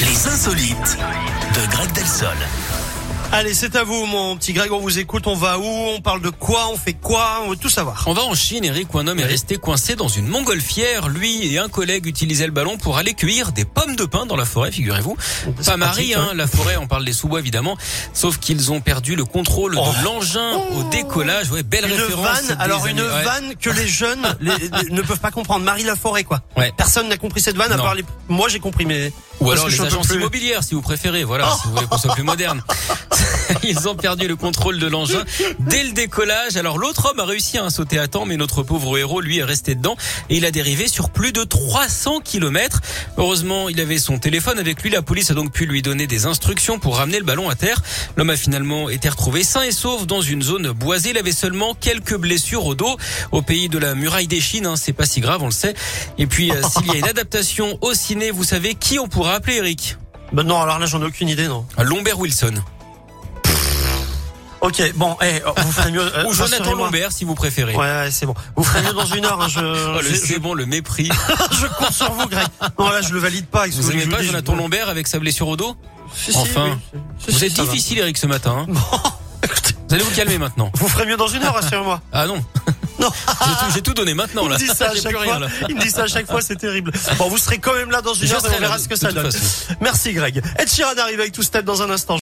Les insolites de Greg Delsol. Allez, c'est à vous, mon petit Greg. On vous écoute. On va où On parle de quoi On fait quoi On veut tout savoir. On va en Chine, Eric, où un homme est resté coincé dans une montgolfière. Lui et un collègue utilisaient le ballon pour aller cueillir des pommes de pin dans la forêt, figurez-vous. Pas Marie, hein, la forêt, on parle des sous-bois évidemment. Sauf qu'ils ont perdu le contrôle Oh. de l'engin au décollage. Ouais, belle Une référence. vanne, des alors années- une ouais. vanne que les jeunes les- les- ne peuvent pas comprendre. Marie Laforêt, quoi. Ouais. Personne n'a compris cette vanne, à Non. part les... Moi, j'ai compris, mais... Ou parce alors que les j'en peux agences plus. immobilières, si vous préférez. Voilà, si vous voulez qu'on soit plus moderne. Ils ont perdu le contrôle de l'engin dès le décollage. Alors l'autre homme a réussi à sauter à temps, mais notre pauvre héros, lui, est resté dedans et il a dérivé sur plus de 300 kilomètres. Heureusement, il avait son téléphone avec lui. La police a donc pu lui donner des instructions pour ramener le ballon à terre. L'homme a finalement été retrouvé sain et sauf dans une zone boisée. Il avait seulement quelques blessures au dos. Au pays de la muraille des Chines, hein, c'est pas si grave, on le sait. Et puis, euh, s'il y a une adaptation au ciné, vous savez qui on pourra appeler, Eric Bah non, alors là, j'en ai aucune idée, non. Lombert Ah, Wilson. Ok, bon, eh, vous ferez mieux... euh, Ou Jonathan rassurez-moi. Lombert, si vous préférez. Ouais, ouais, c'est bon. Vous ferez mieux dans une heure. hein, je, Oh, le je- c'est bon, le mépris. je- je compte sur vous, Greg. Non, là, je le valide pas. Vous aimez aimez pas Jonathan Lombert avec sa blessure au dos Enfin. Vous êtes difficile, Eric, ce matin. hein. Vous allez vous calmer maintenant. Vous ferez mieux dans une heure, rassurez-moi. Ah non. Non. J'ai tout, j'ai tout donné maintenant, Il me Oh là. dit ça à J'ai chaque plus rien, fois. là. Il me dit ça à chaque fois, c'est terrible. Bon, vous serez quand même là dans une Je heure et serai on là, verra de- ce que de ça toute donne. façon. Merci Greg. Ed Sheeran arrive avec tout step dans un instant.